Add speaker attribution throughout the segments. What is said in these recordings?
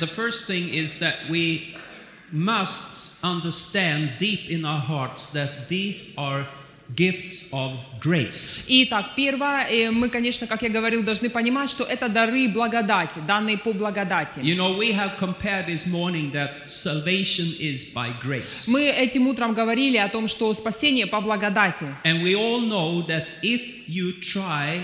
Speaker 1: the first thing is that we must understand deep in our hearts that these are gifts of grace.
Speaker 2: Итак, первое, э, мы, конечно, как я говорил, должны понимать, что это дары благодати, данные по благодати.
Speaker 1: You know, we have compared this morning that salvation is by grace.
Speaker 2: Мы этим утром говорили о том, что спасение по благодати.
Speaker 1: And we all know that if you try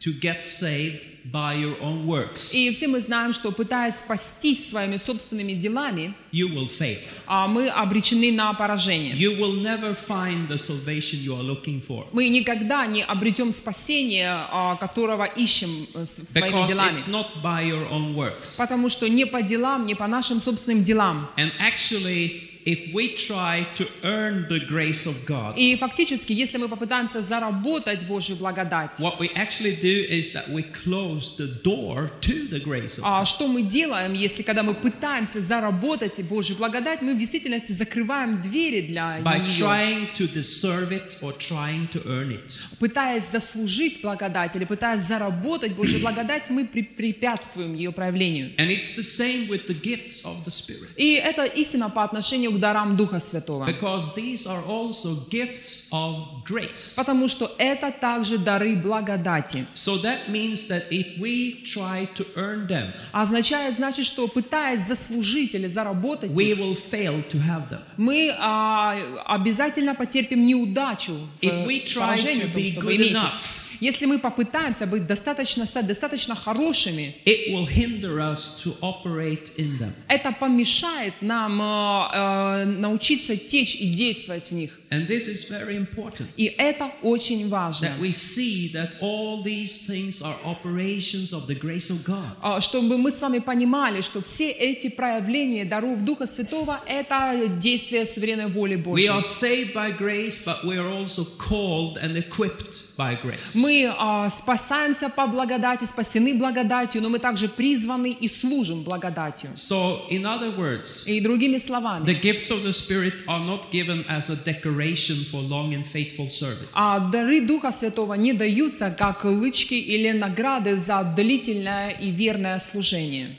Speaker 1: to get saved by your own works,
Speaker 2: И все мы знаем, что пытаясь спастись своими собственными делами,
Speaker 1: you will fail.
Speaker 2: а, мы обречены на поражение.
Speaker 1: You will never find the salvation you are looking for.
Speaker 2: Мы никогда не обретем спасение, а, которого ищем э, с- своими
Speaker 1: Because
Speaker 2: делами.
Speaker 1: it's not by your own works.
Speaker 2: Потому что не по делам, не по нашим собственным делам.
Speaker 1: And actually, if we try to earn the grace of God,
Speaker 2: И фактически, если мы попытаемся заработать Божью благодать,
Speaker 1: what we actually do is that we close the door to the grace of God.
Speaker 2: а что мы делаем, если когда мы пытаемся заработать Божью благодать, мы в действительности закрываем двери для
Speaker 1: by
Speaker 2: нее,
Speaker 1: trying to deserve it or trying to earn it.
Speaker 2: пытаясь заслужить благодать или пытаясь заработать Божью благодать, мы при- препятствуем ее проявлению.
Speaker 1: And it's the same with the gifts of the Spirit,
Speaker 2: И это истина по отношению к дарам Духа Святого.
Speaker 1: because these are also gifts of grace.
Speaker 2: Потому что это также дары благодати.
Speaker 1: So that means that if we try to earn them,
Speaker 2: Означает, значит, что пытаясь заслужить или заработать,
Speaker 1: we will fail to have them.
Speaker 2: мы а, обязательно потерпим неудачу в
Speaker 1: If we try
Speaker 2: положении,
Speaker 1: to
Speaker 2: в том,
Speaker 1: be
Speaker 2: чтобы
Speaker 1: good
Speaker 2: иметь их.
Speaker 1: enough,
Speaker 2: Если мы попытаемся быть достаточно, стать достаточно хорошими,
Speaker 1: It will hinder us to operate in them.
Speaker 2: это помешает нам а, э, научиться течь и действовать в них.
Speaker 1: And this is very important
Speaker 2: И это очень важно.
Speaker 1: that we see that all these things are operations of the grace of God.
Speaker 2: А, чтобы мы с вами понимали, что все эти проявления даров Духа Святого – это действие суверенной воли
Speaker 1: We
Speaker 2: Божьей.
Speaker 1: are saved by grace, but we are also called and equipped by grace.
Speaker 2: Мы а, спасаемся по благодати, спасены благодатью, но мы также призваны и служим благодатью.
Speaker 1: So, in other words,
Speaker 2: И другими словами,
Speaker 1: the gifts of the Spirit are not given as a decoration for long and faithful service.
Speaker 2: а, дары Духа Святого не даются как лычки или награды за длительное и верное служение.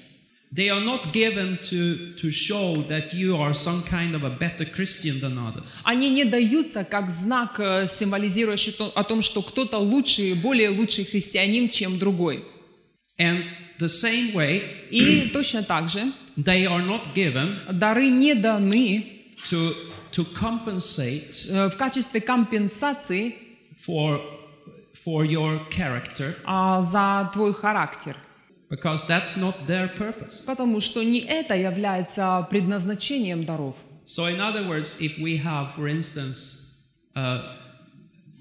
Speaker 1: They are not given to, to show that you are some kind of a better Christian than others.
Speaker 2: Они не даются как знак, э, символизирующий то- о том, что кто-то лучше, более лучший христианин, чем другой.
Speaker 1: And the same way,
Speaker 2: И точно так же
Speaker 1: they are not given
Speaker 2: дары не даны
Speaker 1: to to compensate
Speaker 2: э, в качестве компенсации
Speaker 1: for for your character
Speaker 2: а, за твой характер,
Speaker 1: because that's not their purpose
Speaker 2: потому что не это является предназначением даров.
Speaker 1: so in other words if we have for instance uh,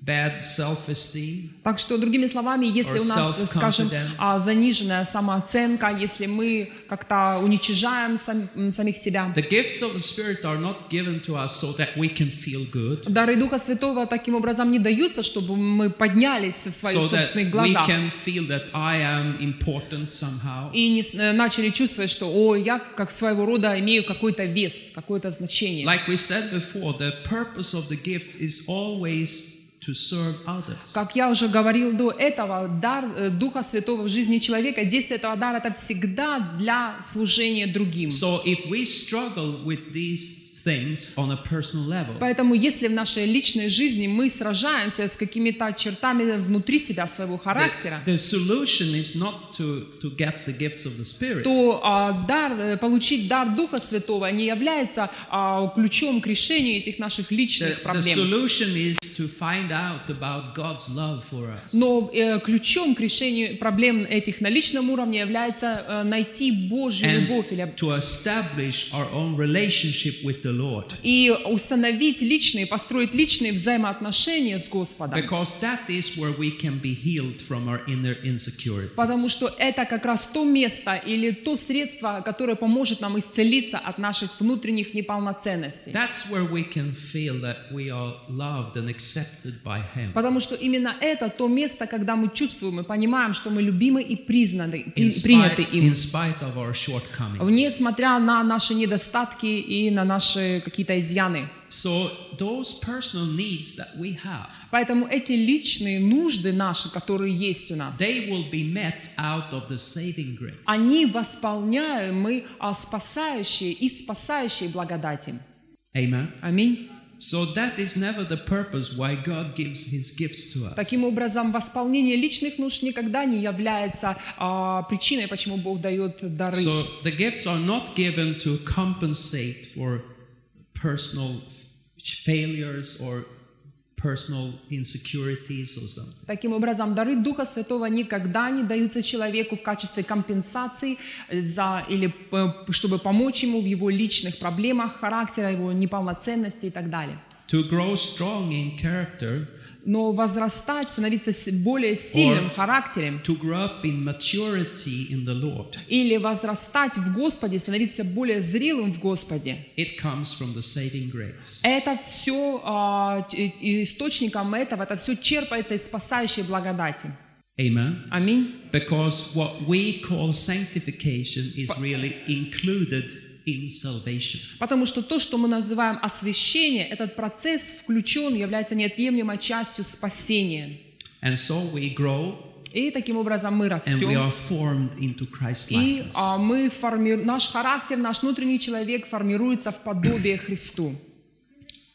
Speaker 1: bad self-esteem
Speaker 2: Так что, другими словами, если
Speaker 1: Or
Speaker 2: у нас, скажем,
Speaker 1: self-confidence.
Speaker 2: а, заниженная самооценка, если мы как-то уничижаем сам- м, самих себя,
Speaker 1: the gifts of the spirit are not given to us so that we can feel good
Speaker 2: дары Духа Святого таким образом не даются, чтобы мы поднялись в своих
Speaker 1: so that
Speaker 2: собственных
Speaker 1: we
Speaker 2: глазах
Speaker 1: can feel that i am important somehow
Speaker 2: и не с- э, начали чувствовать, что «О, я как своего рода имею какой-то вес, какое-то значение».
Speaker 1: like we said before the purpose of the gift is always to serve others
Speaker 2: Как я уже говорил до этого, дар э, Духа Святого в жизни человека, действие этого дара – это всегда для служения другим.
Speaker 1: So if we struggle with these things on a personal level,
Speaker 2: Поэтому если в нашей личной жизни мы сражаемся с какими-то чертами внутри себя, своего характера,
Speaker 1: the, the solution is not to, to get the gifts of the Spirit,
Speaker 2: то а, дар, э, получить дар Духа Святого не является а, ключом к решению этих наших
Speaker 1: the,
Speaker 2: личных
Speaker 1: the
Speaker 2: проблем.
Speaker 1: solution is to find out about God's love for us.
Speaker 2: Но э, ключом к решению проблем этих на личном уровне является э, найти Божью любовь или
Speaker 1: and to establish our own relationship with the Lord.
Speaker 2: и установить личные, построить личные взаимоотношения с Господом.
Speaker 1: Because that is where we can be healed from our inner insecurities.
Speaker 2: Потому что это как раз то место или то средство, которое поможет нам исцелиться от наших внутренних неполноценностей.
Speaker 1: That's where we can feel that we are loved and accepted by Him.
Speaker 2: Потому что именно это то место, когда мы чувствуем и понимаем, что мы любимы и признаны,
Speaker 1: in,
Speaker 2: и приняты
Speaker 1: spite,
Speaker 2: им.
Speaker 1: in spite of our shortcomings.
Speaker 2: Несмотря на наши недостатки и на наши наши какие-то изъяны.
Speaker 1: So those personal needs that we have,
Speaker 2: Поэтому эти личные нужды наши, которые есть у нас,
Speaker 1: they will be met out of the saving grace.
Speaker 2: они восполняемы а, спасающей и спасающей благодати.
Speaker 1: Amen.
Speaker 2: Аминь.
Speaker 1: So that is never the purpose why God gives his gifts to us.
Speaker 2: Таким образом, восполнение личных нужд никогда не является а, причиной, почему Бог дает дары.
Speaker 1: So the gifts are not given to compensate for personal f- failures or personal insecurities or something.
Speaker 2: Таким образом, дары Духа Святого никогда не даются человеку в качестве компенсации э, за или э, чтобы помочь ему в его личных проблемах характера, его неполноценности и так далее.
Speaker 1: To grow strong in character,
Speaker 2: Но возрастать, становиться с- более сильным
Speaker 1: Or-
Speaker 2: характером
Speaker 1: to grow up in maturity in the Lord,
Speaker 2: или возрастать в Господе, становиться более зрелым в Господе,
Speaker 1: it comes from the saving grace.
Speaker 2: это все источником этого, это все черпается из спасающей благодати.
Speaker 1: Amen.
Speaker 2: Аминь.
Speaker 1: Because what we call sanctification is really included in salvation.
Speaker 2: Потому что то, что мы называем освящение, этот процесс включен, является неотъемлемой частью спасения.
Speaker 1: And so we grow
Speaker 2: И таким образом мы
Speaker 1: and we
Speaker 2: растем.
Speaker 1: are formed into Christ
Speaker 2: И
Speaker 1: likeness.
Speaker 2: а, мы форми- наш характер, наш внутренний человек формируется в подобие Христу.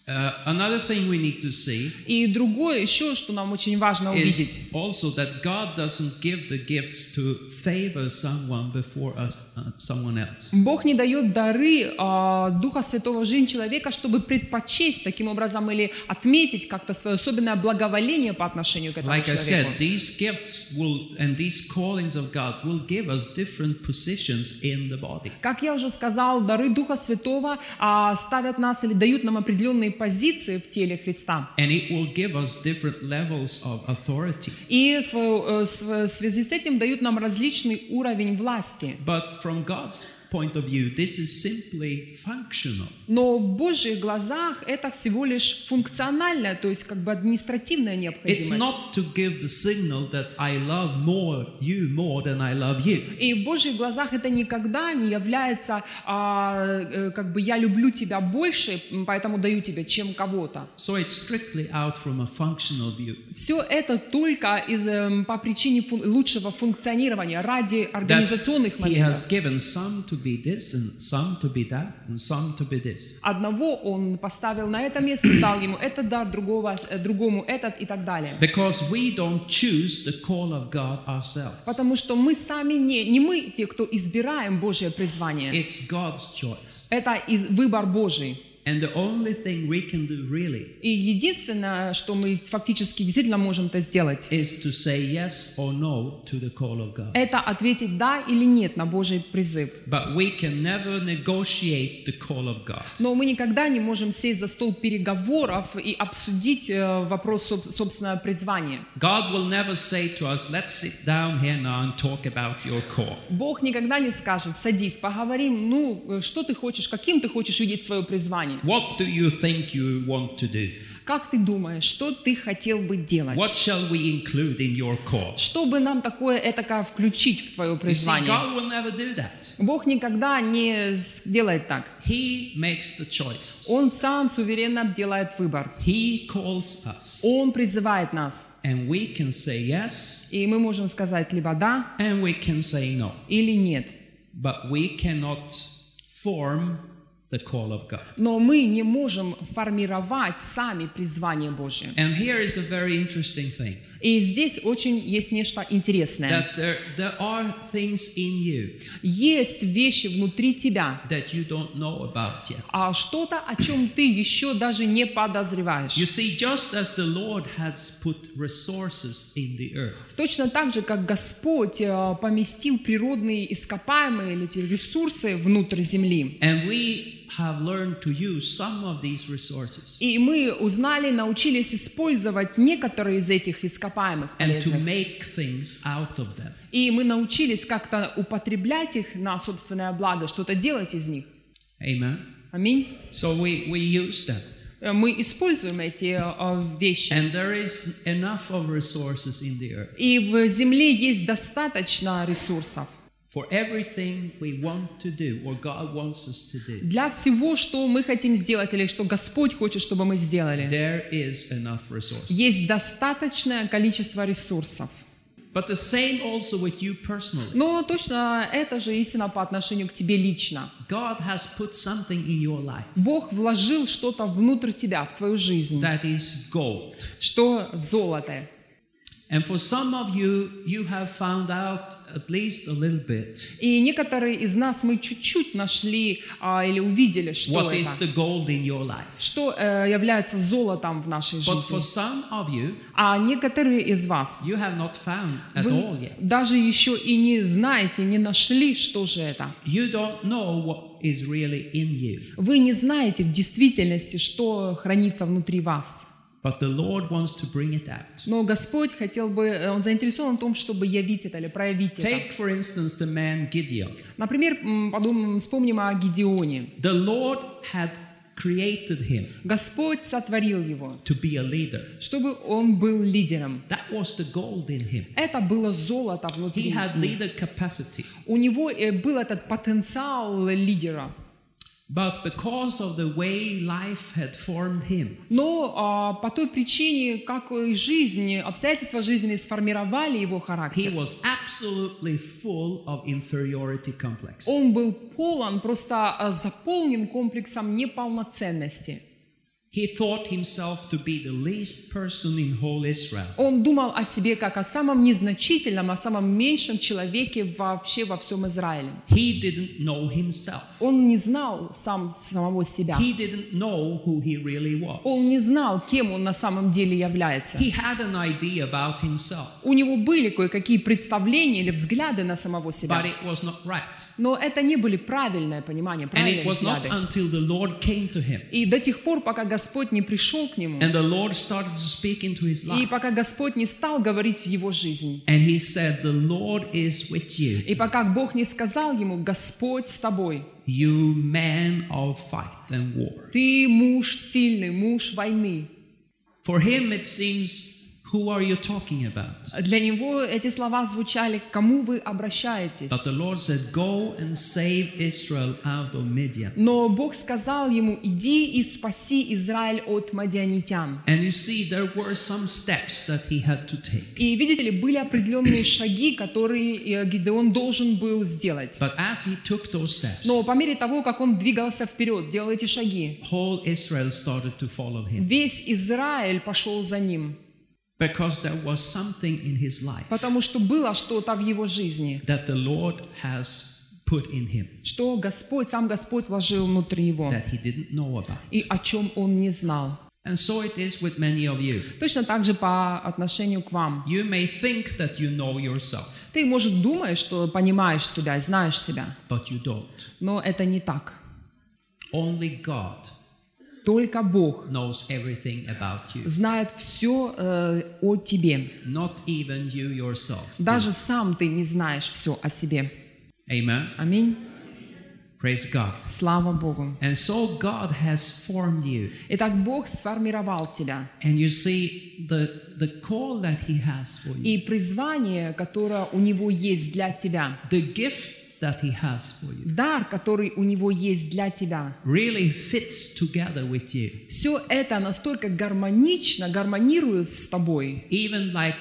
Speaker 1: Uh, another thing we need to see
Speaker 2: И другое еще, что нам очень важно увидеть,
Speaker 1: is also that God doesn't give the gifts to favor someone before us, uh, someone else.
Speaker 2: Бог не дает дары а, Духа Святого в жизнь человека, чтобы предпочесть таким образом или отметить как-то свое особенное благоволение по отношению к этому
Speaker 1: Like I
Speaker 2: человеку.
Speaker 1: said, these gifts will and these callings of God will give us different positions in the body.
Speaker 2: Как я уже сказал, дары Духа Святого а, ставят нас или дают нам определенные позиции в теле Христа.
Speaker 1: And it will give us different levels of authority.
Speaker 2: И свою, э, св- в связи с этим дают нам различный уровень власти.
Speaker 1: But from God's point of view, this is simply functional.
Speaker 2: Но в Божьих глазах это всего лишь функциональная, то есть как бы административная
Speaker 1: It's
Speaker 2: необходимость.
Speaker 1: not to give the signal that I love more you more than I love you.
Speaker 2: И в Божьих глазах это никогда не является а, э, как бы я люблю тебя больше, м, поэтому даю тебе, чем кого-то.
Speaker 1: So it's strictly out from a functional view.
Speaker 2: Все это только из, эм, по причине фун- лучшего функционирования, ради организационных
Speaker 1: he
Speaker 2: моментов.
Speaker 1: has given some to be this and some to be that and some to be this.
Speaker 2: Одного он поставил на это место, дал ему этот дар, другого, э, другому этот и так далее.
Speaker 1: Because we don't choose the call of God ourselves.
Speaker 2: Потому что мы сами не, не мы те, кто избираем Божье призвание.
Speaker 1: It's God's choice.
Speaker 2: Это из- выбор Божий.
Speaker 1: And the only thing we can do really
Speaker 2: И единственное, что мы фактически действительно можем это сделать,
Speaker 1: is to say yes or no to the call of God.
Speaker 2: это ответить да или нет на Божий призыв.
Speaker 1: But we can never negotiate the call of God.
Speaker 2: Но мы никогда не можем сесть за стол переговоров и обсудить э, вопрос соб- собственного призвания.
Speaker 1: God will never say to us, let's sit down here now and talk about your call.
Speaker 2: Бог никогда не скажет, садись, поговорим, ну, э, что ты хочешь, каким ты хочешь видеть свое призвание.
Speaker 1: What do you think you want to do?
Speaker 2: Как ты думаешь, что ты хотел бы делать?
Speaker 1: What shall we include in your call?
Speaker 2: Что бы нам такое этакое включить в твое
Speaker 1: You see,
Speaker 2: призвание?
Speaker 1: God will never do that.
Speaker 2: Бог никогда не сделает так.
Speaker 1: He makes the choices.
Speaker 2: Он сам суверенно делает выбор.
Speaker 1: He calls us.
Speaker 2: Он призывает нас.
Speaker 1: And we can say yes
Speaker 2: И мы можем сказать либо да,
Speaker 1: and we can say no.
Speaker 2: или нет.
Speaker 1: But we cannot form the call of God.
Speaker 2: Но мы не можем формировать сами призвание Божие.
Speaker 1: And here is a very interesting thing
Speaker 2: И здесь очень есть нечто интересное.
Speaker 1: that there, there are things in you
Speaker 2: Есть вещи внутри тебя,
Speaker 1: that you don't know about yet.
Speaker 2: а что-то, о чем ты еще даже не
Speaker 1: You
Speaker 2: подозреваешь.
Speaker 1: see, just as the Lord has put resources in the earth,
Speaker 2: Точно так же, как Господь э, поместил природные ископаемые или эти ресурсы внутрь земли.
Speaker 1: and we have learned to use some of these resources
Speaker 2: И мы узнали, научились использовать некоторые из этих ископаемых
Speaker 1: and to
Speaker 2: полезных.
Speaker 1: make things out of them.
Speaker 2: И мы научились как-то употреблять их на собственное благо, что-то делать из них.
Speaker 1: Amen.
Speaker 2: Аминь.
Speaker 1: So we, we use them.
Speaker 2: Э, Мы используем эти э, вещи.
Speaker 1: And there is enough of resources in the earth
Speaker 2: И в земле есть достаточно ресурсов
Speaker 1: for everything we want to do or God wants us to do.
Speaker 2: Для всего, что мы хотим сделать или что Господь хочет, чтобы мы сделали,
Speaker 1: There is enough resources.
Speaker 2: есть достаточное количество ресурсов.
Speaker 1: But the same also with you personally.
Speaker 2: Но точно это же истина по отношению к тебе лично.
Speaker 1: God has put something in your life
Speaker 2: Бог вложил что-то внутрь тебя, в твою жизнь,
Speaker 1: that is gold.
Speaker 2: что золото.
Speaker 1: And for some of you, you have found out at least a little bit
Speaker 2: И некоторые из нас мы чуть-чуть нашли а, или увидели, что
Speaker 1: what
Speaker 2: это,
Speaker 1: is the gold in your life.
Speaker 2: что э, является золотом в нашей
Speaker 1: But for
Speaker 2: жизни.
Speaker 1: some of you,
Speaker 2: А некоторые из вас
Speaker 1: you have not found at all
Speaker 2: вы
Speaker 1: yet.
Speaker 2: даже еще и не знаете, не нашли, что же это.
Speaker 1: You don't know what is really in you.
Speaker 2: Вы не знаете в действительности, что хранится внутри вас.
Speaker 1: But the Lord wants to bring it out.
Speaker 2: Но Господь хотел бы, э, Он заинтересован в том, чтобы явить это или проявить это.
Speaker 1: Take, for instance, the man Gideon.
Speaker 2: Например, м, подумаем, вспомним о Гедеоне.
Speaker 1: The Lord had created him
Speaker 2: Господь сотворил его,
Speaker 1: to be a leader.
Speaker 2: чтобы он был лидером.
Speaker 1: That was the gold in him.
Speaker 2: Это было золото
Speaker 1: He
Speaker 2: внутри.
Speaker 1: had leader capacity.
Speaker 2: У него э, был этот потенциал лидера.
Speaker 1: But because of the way life had formed him,
Speaker 2: Но а, по той причине, как и жизнь, обстоятельства жизненные сформировали его
Speaker 1: he
Speaker 2: характер.
Speaker 1: was absolutely full of inferiority complex.
Speaker 2: Он был полон, просто а, заполнен комплексом неполноценности.
Speaker 1: He thought himself to be the least person in whole Israel.
Speaker 2: Он думал о себе как о самом незначительном, о самом меньшем человеке вообще во всем Израиле.
Speaker 1: He didn't know himself.
Speaker 2: Он не знал сам самого себя.
Speaker 1: He didn't know who he really
Speaker 2: Он
Speaker 1: was.
Speaker 2: не знал, кем он на самом деле является.
Speaker 1: He had an idea about himself,
Speaker 2: У него были кое-какие представления или взгляды на самого себя.
Speaker 1: but it was not right.
Speaker 2: Но это не были правильное понимание,
Speaker 1: And it
Speaker 2: правильные
Speaker 1: was not
Speaker 2: взгляды.
Speaker 1: until the Lord came to him
Speaker 2: И до тех пор, пока Господь не пришел к нему,
Speaker 1: and the Lord started to speak into his
Speaker 2: и
Speaker 1: life.
Speaker 2: пока Господь не стал говорить в его жизнь,
Speaker 1: And he said, The Lord is with you,
Speaker 2: и пока Бог не сказал ему, Господь с тобой,
Speaker 1: you man of fight and war.
Speaker 2: ты муж сильный, муж войны.
Speaker 1: For him, it seems, Who are you talking about?
Speaker 2: Для него эти слова звучали, к кому вы обращаетесь.
Speaker 1: But the Lord said, Go and save Israel out of Midian.
Speaker 2: Но Бог сказал ему, иди и спаси Израиль от мадианитян.
Speaker 1: And you see, there were some steps that he had to take.
Speaker 2: И видите ли, были определенные шаги, которые э, Гидеон должен был сделать.
Speaker 1: But as he took those steps,
Speaker 2: Но по мере того, как он двигался вперед, делал эти шаги,
Speaker 1: whole Israel started to follow him
Speaker 2: весь Израиль пошел за ним,
Speaker 1: because there was something in his life
Speaker 2: потому что было что-то в его жизни,
Speaker 1: that the Lord has put in him
Speaker 2: что Господь, сам Господь вложил внутри его,
Speaker 1: that he didn't know about.
Speaker 2: и о чем он не знал.
Speaker 1: And so it is with many of you.
Speaker 2: Точно так же по отношению к вам.
Speaker 1: You may think that you know yourself,
Speaker 2: Ты, может, думаешь, что понимаешь себя и знаешь себя,
Speaker 1: but you don't.
Speaker 2: но это не так.
Speaker 1: Only God
Speaker 2: Только Бог
Speaker 1: knows everything about you,
Speaker 2: знает все э, о тебе.
Speaker 1: not even you yourself.
Speaker 2: Даже сам ты не знаешь все о себе.
Speaker 1: Amen.
Speaker 2: Аминь.
Speaker 1: Praise God.
Speaker 2: Слава Богу.
Speaker 1: And so God has formed you.
Speaker 2: Итак, Бог сформировал тебя.
Speaker 1: And you see the the call that he has for you.
Speaker 2: И призвание, которое у Него есть для тебя,
Speaker 1: The gift that he has for you.
Speaker 2: дар, который у Него есть для тебя,
Speaker 1: really fits together with you.
Speaker 2: все это настолько гармонично, гармонирует с тобой,
Speaker 1: Even like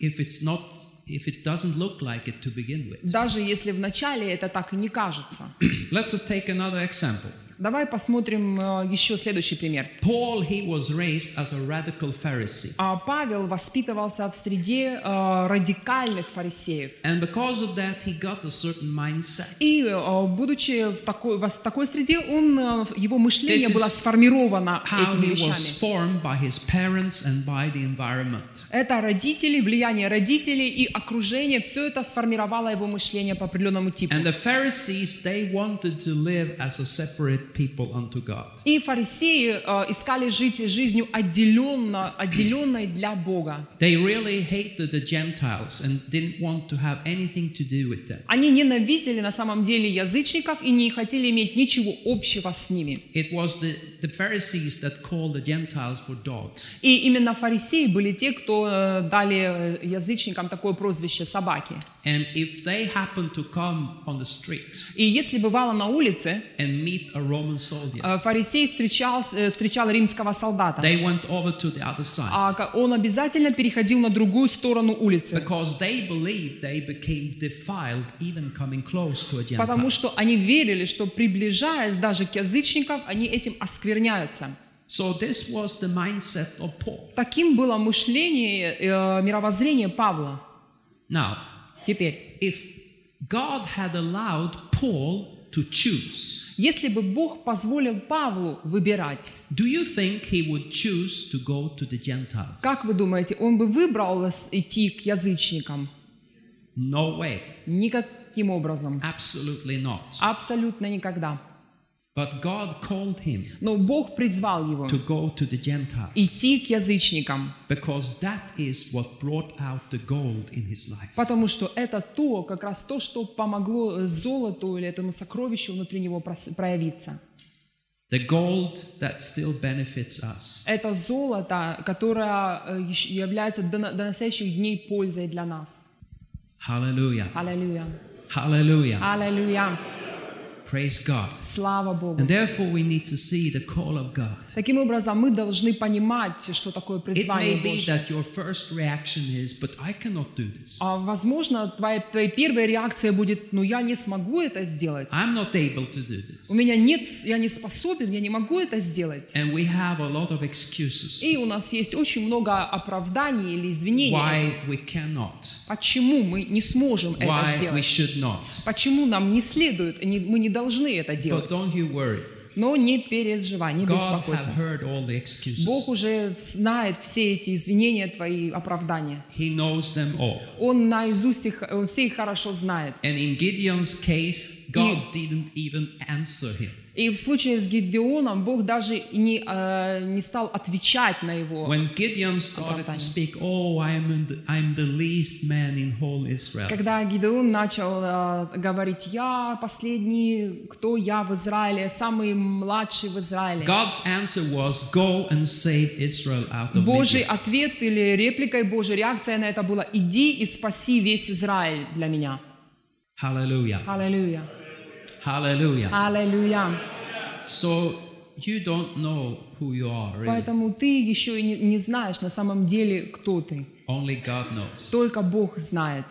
Speaker 1: if it's not if it doesn't look like it to begin with.
Speaker 2: даже если вначале это так и не кажется.
Speaker 1: Let's take another example.
Speaker 2: Давай посмотрим э, еще следующий пример.
Speaker 1: Paul he was raised as a radical Pharisee.
Speaker 2: А Павел воспитывался в среде э, радикальных фарисеев.
Speaker 1: And because of that he got a certain mindset.
Speaker 2: И э, будучи в такой, в такой среде, он, э, его мышление
Speaker 1: This is
Speaker 2: было сформировано
Speaker 1: How
Speaker 2: этими
Speaker 1: he was
Speaker 2: вещами.
Speaker 1: formed by his parents and by the environment.
Speaker 2: Это родители, влияние родителей и окружение, все это сформировало его мышление по определенному типу.
Speaker 1: And the Pharisees they wanted to live as a separate separate people unto God.
Speaker 2: И фарисеи э, искали жить жизнью отделенно, отделенной для Бога.
Speaker 1: They really hated the Gentiles and didn't want to have anything to do with them.
Speaker 2: Они ненавидели на самом деле язычников и не хотели иметь ничего общего с ними.
Speaker 1: It was the, the Pharisees that called the Gentiles for dogs.
Speaker 2: И именно фарисеи были те, кто э, дали э, язычникам такое прозвище собаки.
Speaker 1: And if they happened to come on the street
Speaker 2: И если бывало на улице,
Speaker 1: and meet a Roman soldier,
Speaker 2: э, фарисей встречал, э, встречал римского солдата,
Speaker 1: they went over to the other side
Speaker 2: а ка- он обязательно переходил на другую сторону улицы,
Speaker 1: because they believed they became defiled even coming close to a Gentile.
Speaker 2: потому что они верили, что приближаясь даже к язычникам, они этим оскверняются.
Speaker 1: So this was the mindset of Paul.
Speaker 2: Таким было мышление, э, мировоззрение Павла.
Speaker 1: Now,
Speaker 2: Теперь,
Speaker 1: if God had allowed Paul to choose,
Speaker 2: если бы Бог позволил Павлу выбирать,
Speaker 1: do you think he would choose to go to the Gentiles?
Speaker 2: как вы думаете, он бы выбрал с- идти к язычникам?
Speaker 1: No way.
Speaker 2: Никаким образом.
Speaker 1: Absolutely not.
Speaker 2: Абсолютно никогда.
Speaker 1: But God called him
Speaker 2: Но Бог призвал его
Speaker 1: to go to the Gentiles
Speaker 2: идти к язычникам,
Speaker 1: because that is what brought out the gold in his life.
Speaker 2: потому что это то, как раз то, что помогло э, золоту или этому сокровищу внутри него прос- проявиться.
Speaker 1: The gold that still benefits us.
Speaker 2: Это золото, которое э, ещё является до на- до настоящих дней пользой для нас.
Speaker 1: Hallelujah.
Speaker 2: Аллилуйя.
Speaker 1: Hallelujah.
Speaker 2: Аллилуйя.
Speaker 1: Praise God.
Speaker 2: Слава Богу.
Speaker 1: And therefore, we need to see the call of God.
Speaker 2: Таким образом, мы должны понимать, что такое
Speaker 1: It may
Speaker 2: призвание
Speaker 1: be
Speaker 2: Божье.
Speaker 1: that your first reaction is, but I cannot do this.
Speaker 2: А, возможно, твоя, твоя первая реакция будет, ну я не смогу это сделать.
Speaker 1: I'm not able to do this.
Speaker 2: У меня нет, я не способен, я не могу это сделать.
Speaker 1: And we have a lot of excuses
Speaker 2: И у нас есть очень много оправданий или извинений.
Speaker 1: why we cannot,
Speaker 2: Почему мы не сможем это
Speaker 1: why we
Speaker 2: сделать?
Speaker 1: should not.
Speaker 2: Почему нам не следует, и не- мы не должны это
Speaker 1: But
Speaker 2: делать?
Speaker 1: don't you worry.
Speaker 2: Но не переживай, не
Speaker 1: God have
Speaker 2: беспокойся.
Speaker 1: heard all the
Speaker 2: Бог
Speaker 1: excuses.
Speaker 2: уже знает все эти извинения, твои оправдания.
Speaker 1: He knows them all.
Speaker 2: Он наизусть их, он все их хорошо знает.
Speaker 1: And in Gideon's case, God didn't even answer him.
Speaker 2: И в случае с Гидеоном Бог даже и не, э, не стал отвечать на его.
Speaker 1: When Gideon started to
Speaker 2: Оправдание.
Speaker 1: speak, "Oh, I am in the, I'm the least man in whole Israel,"
Speaker 2: Когда Гидеон начал э, говорить, я последний, кто я в Израиле, самый младший в Израиле.
Speaker 1: God's answer was, "Go and save Israel out of
Speaker 2: Божий
Speaker 1: Egypt."
Speaker 2: ответ или репликой Божьей реакция на это была «Иди и спаси весь Израиль для меня».
Speaker 1: Hallelujah.
Speaker 2: Аллилуйя.
Speaker 1: Hallelujah.
Speaker 2: Аллилуйя.
Speaker 1: So you don't know who you are, really.
Speaker 2: Поэтому ты еще и не, не знаешь на самом деле, кто ты.
Speaker 1: Only God knows.
Speaker 2: Только Бог знает.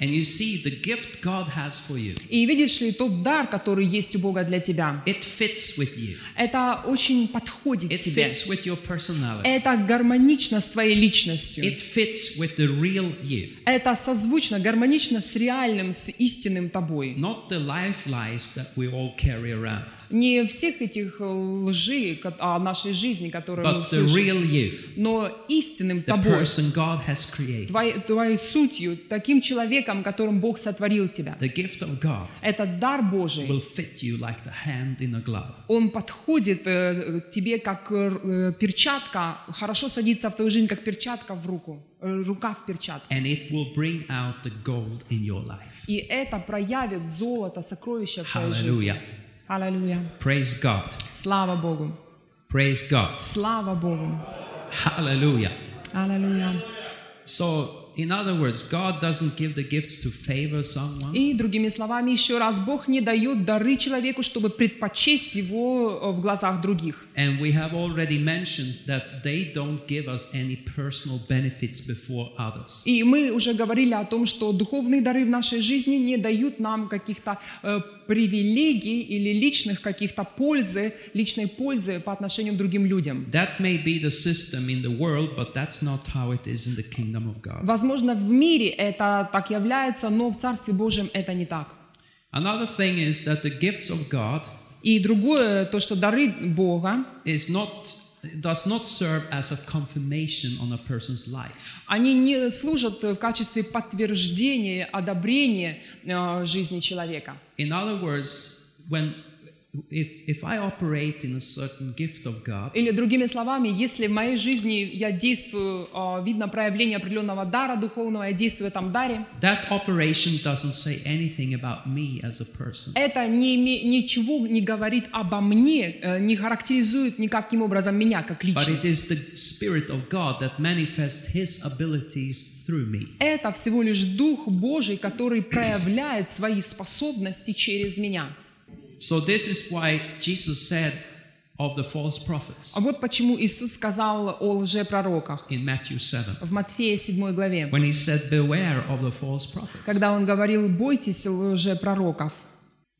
Speaker 1: And you see, the gift God has for you,
Speaker 2: И видишь ли, тот дар, который есть у Бога для тебя,
Speaker 1: it fits with you.
Speaker 2: это очень подходит
Speaker 1: It
Speaker 2: тебе.
Speaker 1: fits with your personality.
Speaker 2: Это гармонично с твоей личностью.
Speaker 1: It fits with the real you.
Speaker 2: Это созвучно, гармонично с реальным, с истинным тобой.
Speaker 1: Not the life lies that we all carry around,
Speaker 2: Не всех этих э, лжи ко- о нашей жизни, которые мы
Speaker 1: but the
Speaker 2: слышим,
Speaker 1: real you,
Speaker 2: но истинным
Speaker 1: the
Speaker 2: тобой,
Speaker 1: person God has created,
Speaker 2: твоей, твоей сутью, таким человеком, которым Бог сотворил тебя.
Speaker 1: the gift of God.
Speaker 2: Этот дар Божий,
Speaker 1: Will fit you like the hand in a glove.
Speaker 2: он подходит э, к тебе как э, р- э, перчатка, хорошо садится в твою жизнь как перчатка в руку, э, рука в перчатку.
Speaker 1: And it will bring out the gold in your life.
Speaker 2: И это проявит золото, сокровище в твоей
Speaker 1: Аллилуйя.
Speaker 2: жизни. Аллилуйя.
Speaker 1: Praise God.
Speaker 2: Слава Богу.
Speaker 1: Praise God.
Speaker 2: Слава Богу.
Speaker 1: Hallelujah.
Speaker 2: Аллилуйя.
Speaker 1: So, in other words, God doesn't give the gifts to favor someone.
Speaker 2: И другими словами, еще раз, Бог не дает дары человеку, чтобы предпочесть его э, в глазах других.
Speaker 1: And we have already mentioned that they don't give us any personal benefits before others.
Speaker 2: И мы уже говорили о том, что духовные дары в нашей жизни не дают нам каких-то э, привилегий или личных каких-то пользы, личной пользы по отношению к другим людям.
Speaker 1: That may be the system in the world, but that's not how it is in the kingdom of God.
Speaker 2: Возможно, в мире это так является, но в Царстве Божьем это не так.
Speaker 1: Another thing is that the gifts of God
Speaker 2: И другое, то, что дары Бога,
Speaker 1: is not does not serve as a confirmation on a person's life.
Speaker 2: они не служат в качестве подтверждения, одобрения э, жизни человека.
Speaker 1: In other words, when if, if I operate in a certain gift of God,
Speaker 2: Или другими словами, если в моей жизни я действую, а, видно проявление определенного дара духовного, я действую в этом даре,
Speaker 1: that operation doesn't say anything about me as a person.
Speaker 2: это не име- ничего не говорит обо мне, э, не характеризует никаким образом меня как
Speaker 1: But it
Speaker 2: личность.
Speaker 1: is the Spirit of God that manifests His abilities through me.
Speaker 2: Это всего лишь Дух Божий, который проявляет свои способности через меня.
Speaker 1: So, this is why Jesus said of the false prophets
Speaker 2: А вот почему Иисус сказал о лжепророках
Speaker 1: in Matthew 7,
Speaker 2: в Матфея 7 главе,
Speaker 1: when He said, Beware of the false prophets.
Speaker 2: когда Он говорил «бойтесь лжепророков».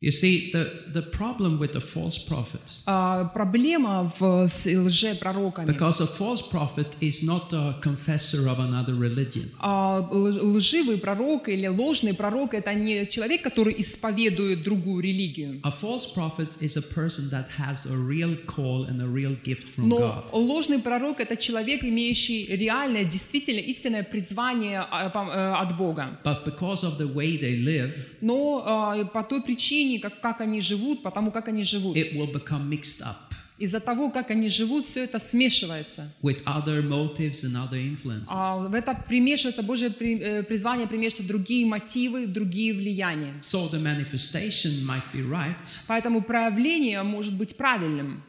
Speaker 1: You see, the, the problem with the false prophet,
Speaker 2: А, проблема в, с лжепророками.
Speaker 1: because a false prophet is not a confessor of another religion.
Speaker 2: А лж- лживый пророк или ложный пророк – это не человек, который исповедует другую религию.
Speaker 1: A false prophet is a person that has a real call and a real gift from
Speaker 2: Но
Speaker 1: God.
Speaker 2: ложный пророк – это человек, имеющий реальное, действительно истинное призвание а, по- э, от Бога.
Speaker 1: But because of the way they live,
Speaker 2: Но а, по той причине, как, как они живут, потому как они живут.
Speaker 1: it will become mixed up
Speaker 2: Из-за того, как они живут, все это смешивается.
Speaker 1: with other motives and other influences.
Speaker 2: А в это примешивается Божье при- э, призвание, примешиваются другие мотивы, другие влияния.
Speaker 1: So the manifestation might be right,
Speaker 2: Поэтому проявление может быть правильным.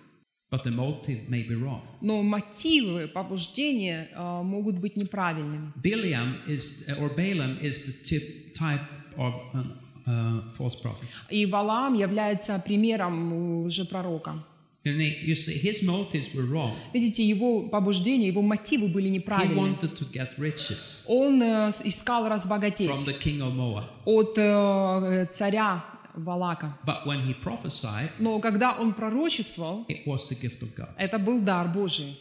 Speaker 1: but the motive may be wrong.
Speaker 2: Но мотивы побуждения э, могут быть неправильными.
Speaker 1: Biliam is, or Balaam is the tip, type of a uh, false prophet.
Speaker 2: И Валаам является примером лжепророка.
Speaker 1: And he- you see, his motives were wrong.
Speaker 2: Видите, его побуждения, его мотивы были
Speaker 1: He
Speaker 2: неправильны.
Speaker 1: wanted to get riches
Speaker 2: Он э, с- искал
Speaker 1: from
Speaker 2: разбогатеть
Speaker 1: the king of Moab.
Speaker 2: от э, царя Валака.
Speaker 1: But when he prophesied,
Speaker 2: Но когда он пророчествовал,
Speaker 1: it was the gift of God.
Speaker 2: это был дар Божий.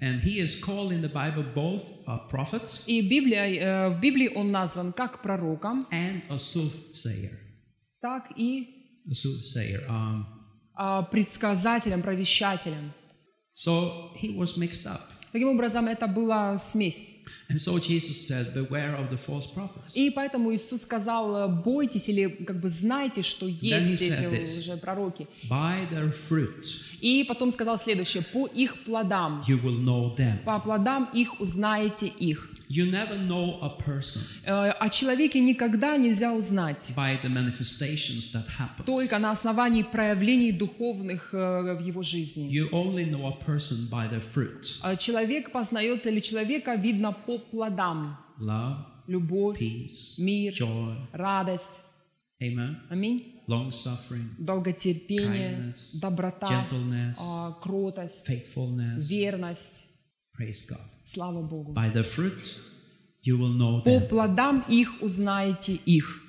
Speaker 1: And he is called in the Bible both a prophet
Speaker 2: И Библия, э, в Библии он назван как пророком,
Speaker 1: and a soothsayer.
Speaker 2: так и
Speaker 1: A soothsayer. Um,
Speaker 2: э, предсказателем, провещателем.
Speaker 1: so he was mixed up.
Speaker 2: Таким образом, это была смесь.
Speaker 1: And so Jesus said, Beware of the false prophets.
Speaker 2: И поэтому Иисус сказал, э, бойтесь или как бы знайте, что есть
Speaker 1: he said
Speaker 2: эти
Speaker 1: this.
Speaker 2: лжепророки.
Speaker 1: By their fruit
Speaker 2: И потом сказал следующее, по их плодам,
Speaker 1: you will know them.
Speaker 2: по плодам их узнаете их.
Speaker 1: You never know a person
Speaker 2: Э, О человеке никогда нельзя узнать,
Speaker 1: by the manifestations that happens.
Speaker 2: только на основании проявлений духовных э, в его жизни.
Speaker 1: You only know a person by their fruit.
Speaker 2: Э, Человек познается или человека видно по плодам.
Speaker 1: Love,
Speaker 2: Любовь,
Speaker 1: peace,
Speaker 2: Мир.
Speaker 1: joy,
Speaker 2: радость,
Speaker 1: amen,
Speaker 2: аминь,
Speaker 1: long suffering,
Speaker 2: долготерпение,
Speaker 1: kindness,
Speaker 2: доброта,
Speaker 1: gentleness,
Speaker 2: э, кротость,
Speaker 1: faithfulness.
Speaker 2: верность.
Speaker 1: Praise God.
Speaker 2: Слава Богу.
Speaker 1: By the fruit you will know
Speaker 2: По
Speaker 1: them.
Speaker 2: плодам их узнаете их.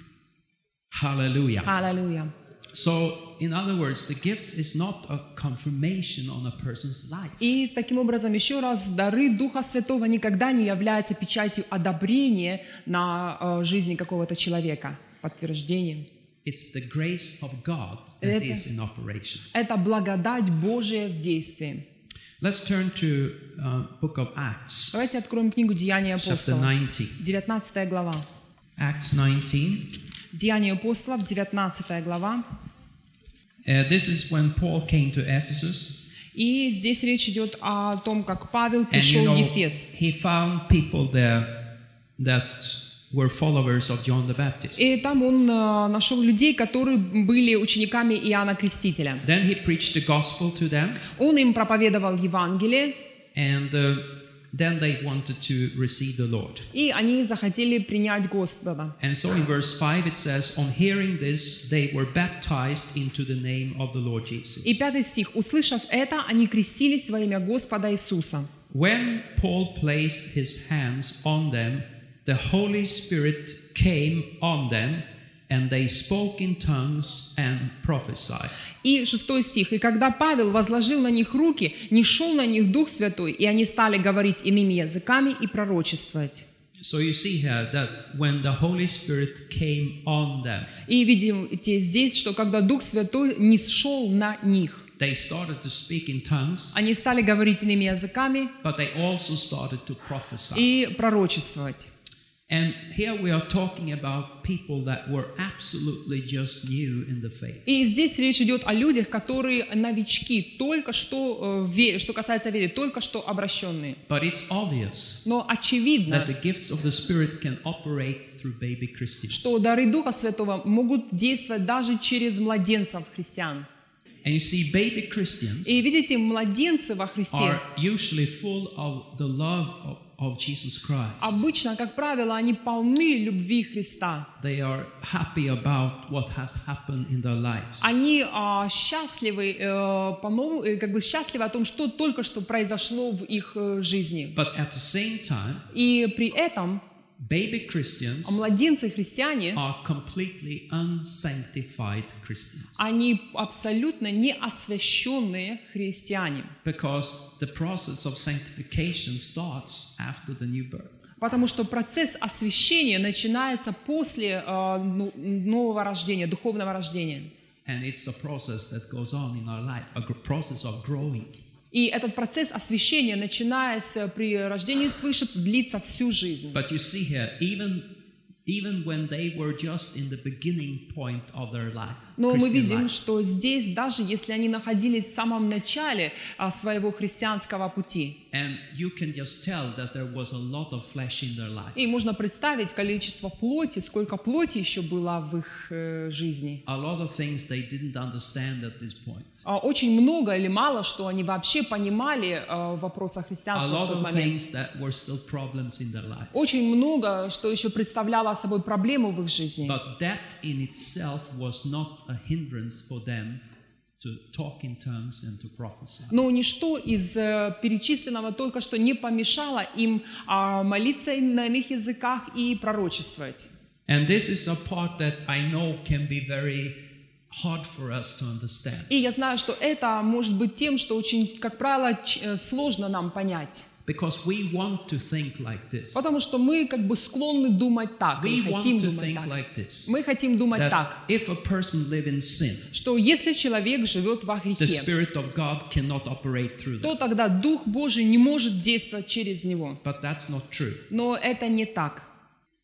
Speaker 1: Hallelujah.
Speaker 2: Аллилуйя.
Speaker 1: So, in other words, the gifts is not a confirmation on a person's life.
Speaker 2: И таким образом, еще раз, дары Духа Святого никогда не являются печатью одобрения на э, жизни какого-то человека, подтверждением.
Speaker 1: It's the grace of God that
Speaker 2: Это-
Speaker 1: is in operation.
Speaker 2: Это благодать Божия в действии.
Speaker 1: Let's turn to uh, Book of Acts,
Speaker 2: Давайте откроем книгу «Деяния
Speaker 1: chapter
Speaker 2: апостола»,
Speaker 1: 19.
Speaker 2: 19 глава.
Speaker 1: Acts 19.
Speaker 2: «Деяния апостолов», 19 глава.
Speaker 1: Uh, this is when Paul came to Ephesus,
Speaker 2: И здесь речь идет о том, как Павел
Speaker 1: and you
Speaker 2: пришел
Speaker 1: know
Speaker 2: в Ефес.
Speaker 1: he found people there that were followers of John the Baptist.
Speaker 2: И там он э, нашел людей, которые были учениками Иоанна Крестителя.
Speaker 1: Then he preached the gospel to them,
Speaker 2: Он им проповедовал Евангелие,
Speaker 1: and uh, then they wanted to receive the Lord.
Speaker 2: и они захотели принять Господа.
Speaker 1: And so in verse 5 it says, On hearing this, they were baptized into the name of the Lord Jesus.
Speaker 2: И пятый стих. «Услышав это, они крестились во имя Господа Иисуса».
Speaker 1: When Paul placed his hands on them, the Holy Spirit came on them, and they spoke in tongues and prophesied.
Speaker 2: И шестой стих. «И когда Павел возложил на них руки, не шел на них Дух Святой, и они стали говорить иными языками и пророчествовать».
Speaker 1: So you see here that when the Holy Spirit came on them,
Speaker 2: И видите здесь, что когда Дух Святой не сшел на них,
Speaker 1: they started to speak in tongues,
Speaker 2: они стали говорить иными языками
Speaker 1: but they also started to prophesy.
Speaker 2: и пророчествовать.
Speaker 1: And here we are talking about people that were absolutely just new in the faith.
Speaker 2: И здесь речь идет о людях, которые новички, только что э, в вере, что касается веры, только что обращенные.
Speaker 1: But it's obvious
Speaker 2: Но очевидно,
Speaker 1: that the gifts of the Spirit can operate through baby Christians.
Speaker 2: что дары Духа Святого могут действовать даже через младенцев христиан.
Speaker 1: And you see, baby Christians
Speaker 2: И видите, младенцы во
Speaker 1: are
Speaker 2: Христе
Speaker 1: usually full of the love of, of Jesus Christ.
Speaker 2: обычно, как правило, они полны любви Христа.
Speaker 1: They are happy about what has happened in their lives.
Speaker 2: Они а, счастливы, э, по-новому, э, как бы счастливы о том, что только что произошло в их э, жизни.
Speaker 1: But at the same time,
Speaker 2: И при этом
Speaker 1: baby Christians
Speaker 2: младенцы христиане,
Speaker 1: are completely unsanctified Christians.
Speaker 2: они абсолютно не освященные христиане.
Speaker 1: Because the process of sanctification starts after the new birth.
Speaker 2: Потому что процесс освящения начинается после э, ну- нового рождения, духовного рождения.
Speaker 1: And it's a process that goes on in our life, a gr- process of growing.
Speaker 2: И этот процесс освящения, начиная с при рождении свыше, длится всю жизнь.
Speaker 1: But you see here, even even when they were just in the beginning point of their life,
Speaker 2: Но мы
Speaker 1: Christian
Speaker 2: видим,
Speaker 1: life,
Speaker 2: что здесь, даже если они находились в самом начале а, своего христианского пути,
Speaker 1: and you can just tell that there was a lot of flesh in their life,
Speaker 2: и можно представить количество плоти, сколько плоти еще было в их э, жизни.
Speaker 1: a lot of things they didn't understand at this point,
Speaker 2: А, Очень много или мало, что они вообще понимали э, в вопросах
Speaker 1: a
Speaker 2: христианства в
Speaker 1: А lot
Speaker 2: тот
Speaker 1: of
Speaker 2: момент.
Speaker 1: things that were still problems in their life.
Speaker 2: Очень много, что еще представляло собой проблему в их жизни.
Speaker 1: But that in itself was not a hindrance for them to talk in tongues and to prophesy.
Speaker 2: Но ничто из э, перечисленного только что не помешало им а, молиться и на иных языках и пророчествовать.
Speaker 1: And this is a part that I know can be very hard for us to understand
Speaker 2: И я знаю, что это может быть тем, что очень, как правило, ч- э, сложно нам понять.
Speaker 1: because we want to think like this.
Speaker 2: Потому что мы как бы склонны думать так, мы
Speaker 1: We want
Speaker 2: хотим
Speaker 1: to
Speaker 2: думать
Speaker 1: think
Speaker 2: так.
Speaker 1: like this.
Speaker 2: Мы хотим думать
Speaker 1: That
Speaker 2: так,
Speaker 1: if a person live in sin,
Speaker 2: что если человек живет во
Speaker 1: the
Speaker 2: грехе,
Speaker 1: Spirit of God cannot operate through
Speaker 2: то
Speaker 1: them.
Speaker 2: тогда Дух Божий не может действовать через него.
Speaker 1: But that's not true.
Speaker 2: Но это не так.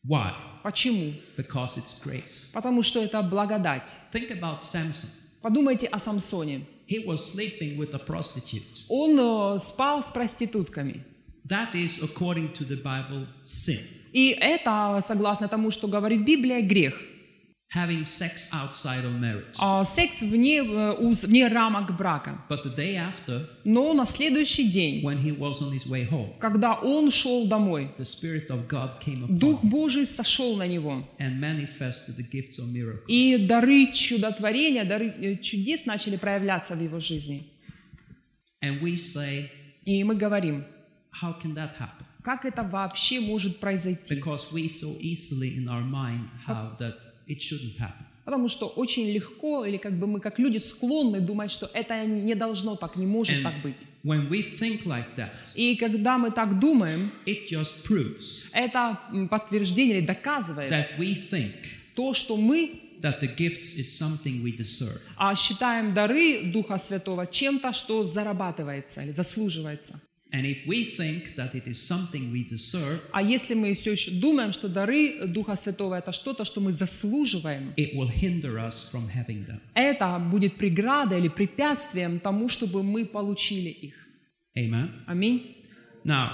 Speaker 1: Why?
Speaker 2: Почему?
Speaker 1: Because it's grace.
Speaker 2: Потому что это благодать.
Speaker 1: Think about Samson.
Speaker 2: Подумайте о Самсоне.
Speaker 1: He was sleeping with a prostitute.
Speaker 2: Он э, спал с проститутками.
Speaker 1: That is, according to the Bible, sin.
Speaker 2: И это, согласно тому, что говорит Библия, грех.
Speaker 1: Having sex outside of marriage.
Speaker 2: А секс вне, э, уз- вне рамок брака.
Speaker 1: But the day after,
Speaker 2: Но на следующий день,
Speaker 1: when he was on his way home,
Speaker 2: когда он шел домой,
Speaker 1: the Spirit of God came upon
Speaker 2: Дух
Speaker 1: him
Speaker 2: Божий сошел на него.
Speaker 1: and manifested the gifts of miracles.
Speaker 2: И дары чудотворения, дары э, чудес начали проявляться в его жизни.
Speaker 1: And we say,
Speaker 2: И мы говорим,
Speaker 1: how can that happen?
Speaker 2: как это вообще может произойти?
Speaker 1: Because we so easily in our mind have that it shouldn't happen.
Speaker 2: Потому что очень легко, или как бы мы как люди склонны думать, что это не должно так, не может
Speaker 1: And
Speaker 2: так быть.
Speaker 1: when we think like that,
Speaker 2: И когда мы так думаем,
Speaker 1: it just proves
Speaker 2: это м, подтверждение или доказывает
Speaker 1: that we think
Speaker 2: то, что мы
Speaker 1: that the gifts is something we deserve.
Speaker 2: а, считаем дары Духа Святого чем-то, что зарабатывается или заслуживается.
Speaker 1: And if we think that it is something we deserve,
Speaker 2: А если мы все еще думаем, что дары Духа Святого это что-то, что мы заслуживаем,
Speaker 1: it will hinder us from having them.
Speaker 2: это будет преградой или препятствием тому, чтобы мы получили их.
Speaker 1: Amen.
Speaker 2: Аминь.
Speaker 1: Now,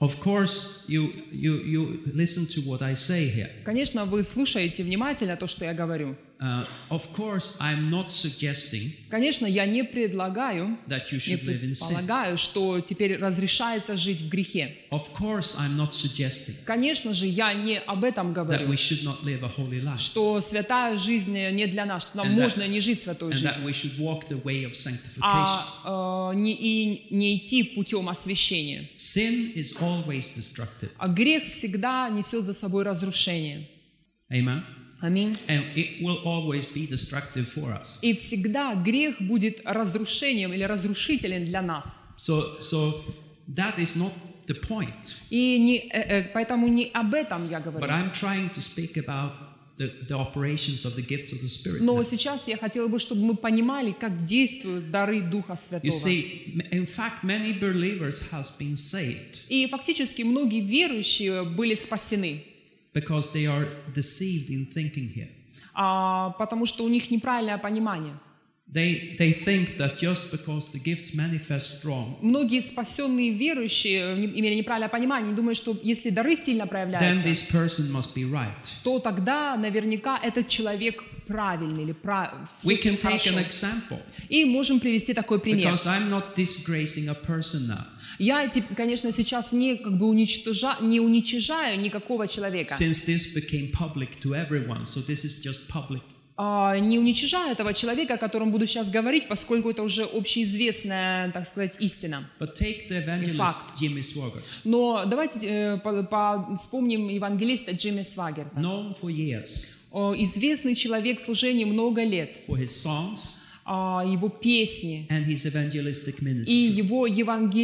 Speaker 1: of course, you you you listen to what I say here.
Speaker 2: Конечно, вы слушаете внимательно то, что я говорю.
Speaker 1: Uh, of course, I'm not suggesting
Speaker 2: Конечно, я не предлагаю,
Speaker 1: that you
Speaker 2: не
Speaker 1: should live in sin.
Speaker 2: предполагаю, что теперь разрешается жить в грехе.
Speaker 1: Of course, I'm not suggesting
Speaker 2: Конечно же, я не об этом
Speaker 1: that
Speaker 2: говорю,
Speaker 1: we should not live a holy life
Speaker 2: что святая жизнь не для нас, что нам
Speaker 1: And that-
Speaker 2: можно не жить святой
Speaker 1: and that
Speaker 2: жизнью,
Speaker 1: we should walk the way of sanctification.
Speaker 2: а э, не, и не идти путем освящения.
Speaker 1: Sin is always destructive.
Speaker 2: А грех всегда несет за собой разрушение.
Speaker 1: Amen.
Speaker 2: Аминь.
Speaker 1: And it will always be destructive for us.
Speaker 2: И всегда грех будет разрушением или разрушителен для нас.
Speaker 1: So so that is not the point.
Speaker 2: И не, э, э, поэтому не об этом я
Speaker 1: But
Speaker 2: говорю.
Speaker 1: I'm trying to speak about the, the operations of the gifts of the Spirit.
Speaker 2: Но сейчас я хотела бы, чтобы мы понимали, как действуют дары Духа
Speaker 1: You
Speaker 2: Святого.
Speaker 1: see, m- in fact, many believers has been saved
Speaker 2: И фактически многие верующие были спасены,
Speaker 1: because they are deceived in thinking here.
Speaker 2: а, потому что у них неправильное понимание.
Speaker 1: They, they think that just because the gifts manifest strong,
Speaker 2: Многие спасенные верующие не- имели неправильное понимание и думают, что если дары сильно
Speaker 1: then
Speaker 2: проявляются,
Speaker 1: this person must be right.
Speaker 2: то тогда наверняка этот человек правильный или прав. всё
Speaker 1: We
Speaker 2: с
Speaker 1: can
Speaker 2: ним
Speaker 1: take an
Speaker 2: хорошо.
Speaker 1: example
Speaker 2: И можем привести такой пример.
Speaker 1: because I'm not disgracing a person now.
Speaker 2: Я, тип- конечно, сейчас не как бы уничтожа, не уничижаю никакого человека,
Speaker 1: Since this became public to everyone, so this is just public.
Speaker 2: А, не уничижаю этого человека, о котором буду сейчас говорить, поскольку это уже общеизвестная, так сказать, истина.
Speaker 1: But take the evangelist
Speaker 2: fact.
Speaker 1: Jimmy Swaggart,
Speaker 2: Но давайте э, по- по- вспомним евангелиста Джимми Свагерта.
Speaker 1: known for years
Speaker 2: О, Известный человек служения много лет,
Speaker 1: for his songs
Speaker 2: А, его песни
Speaker 1: and his evangelistic ministry.
Speaker 2: и его